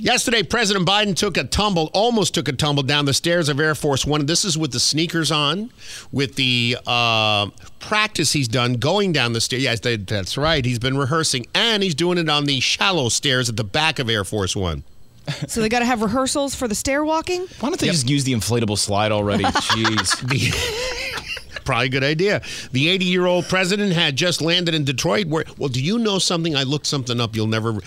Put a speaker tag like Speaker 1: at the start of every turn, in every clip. Speaker 1: Yesterday, President Biden took a tumble, almost took a tumble down the stairs of Air Force One. This is with the sneakers on, with the uh, practice he's done going down the stairs. Yes, they, that's right. He's been rehearsing, and he's doing it on the shallow stairs at the back of Air Force One.
Speaker 2: So they got to have rehearsals for the stair walking?
Speaker 3: Why don't they just use the inflatable slide already? Jeez.
Speaker 1: The- Probably a good idea. The 80 year old president had just landed in Detroit. Where, well, do you know something? I looked something up. You'll never.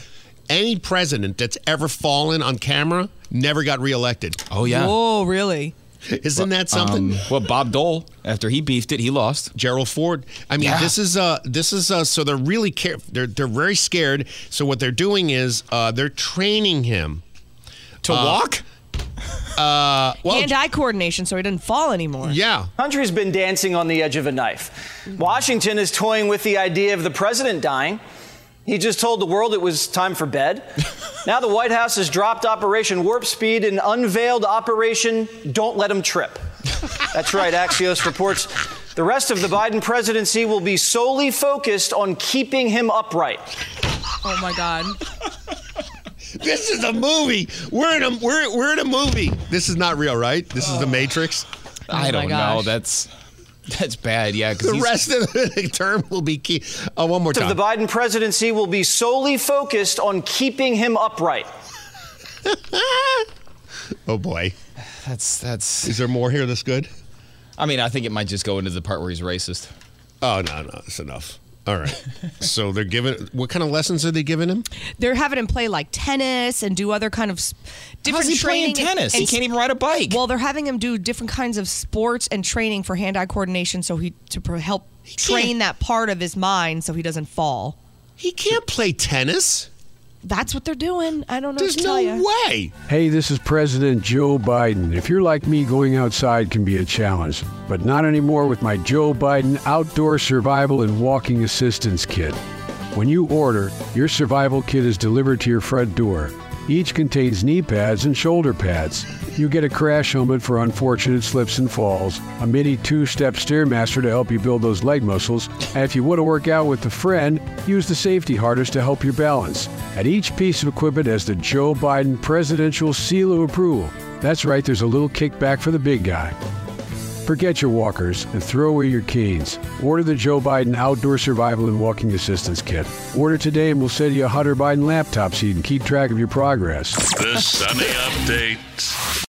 Speaker 1: Any president that's ever fallen on camera never got reelected.
Speaker 3: Oh yeah.
Speaker 2: Whoa, really?
Speaker 1: Isn't that something?
Speaker 3: Um, well, Bob Dole, after he beefed it, he lost.
Speaker 1: Gerald Ford. I mean,
Speaker 3: Yeah.
Speaker 1: this is uh, this is uh, so they're really care- they're they're very scared. So what they're doing is uh, they're training him. Uh,
Speaker 3: To walk?
Speaker 1: Well,
Speaker 2: Hand-eye coordination so he doesn't fall anymore.
Speaker 1: yeah,
Speaker 4: country's been dancing on the edge of a knife. Washington is toying with the idea of the president dying. He just told the world it was time for bed. now the White House has dropped Operation Warp Speed and unveiled Operation Don't Let Him Trip. That's right, Axios reports the rest of the Biden presidency will be solely focused on keeping him upright.
Speaker 2: Oh, my God.
Speaker 1: this is a movie. We're in a we're we're in a movie. Uh, This is not real, right? This is the Matrix.
Speaker 3: I
Speaker 2: Oh my
Speaker 3: don't know.
Speaker 2: gosh.
Speaker 3: That's that's bad. Yeah. 'cause
Speaker 1: The
Speaker 3: he's-
Speaker 1: rest of the term will be key. Oh, one more
Speaker 4: The
Speaker 1: time.
Speaker 4: Biden presidency will be solely focused on keeping him upright.
Speaker 1: Oh boy,
Speaker 3: That's that's.
Speaker 1: is there more here? This good?
Speaker 3: I mean, I think it might just go into the part where he's racist.
Speaker 1: Oh no, no, it's enough. All right. so they're giving. What kind of lessons are they giving him?
Speaker 2: They're having him play, like, tennis and do other kind of s- different
Speaker 3: How's he
Speaker 2: training.
Speaker 3: playing tennis?
Speaker 2: and-
Speaker 3: he can't even ride a bike.
Speaker 2: Well, they're having him do different kinds of sports and training for hand-eye coordination so he to pro- help train that part of his mind so he doesn't fall.
Speaker 1: He can't play tennis.
Speaker 2: That's what they're doing. I don't know
Speaker 1: There's
Speaker 2: what to
Speaker 1: no
Speaker 2: tell you.
Speaker 1: way.
Speaker 5: Hey, this is President Joe Biden. If you're like me, going outside can be a challenge, but not anymore with my Joe Biden Outdoor Survival and Walking Assistance Kit. When you order, your survival kit is delivered to your front door. Each contains knee pads and shoulder pads. You get a crash helmet for unfortunate slips and falls, a mini two step Stairmaster to help you build those leg muscles, and if you want to work out with a friend, use the safety harness to help your balance. And each piece of equipment has the Joe Biden presidential seal of approval. That's right, there's a little kickback for the big guy. Forget your walkers and throw away your canes. Order the Joe Biden Outdoor Survival and Walking Assistance Kit. Order today and we'll send you a Hunter Biden laptop so you can keep track of your progress.
Speaker 6: The Sunny Update.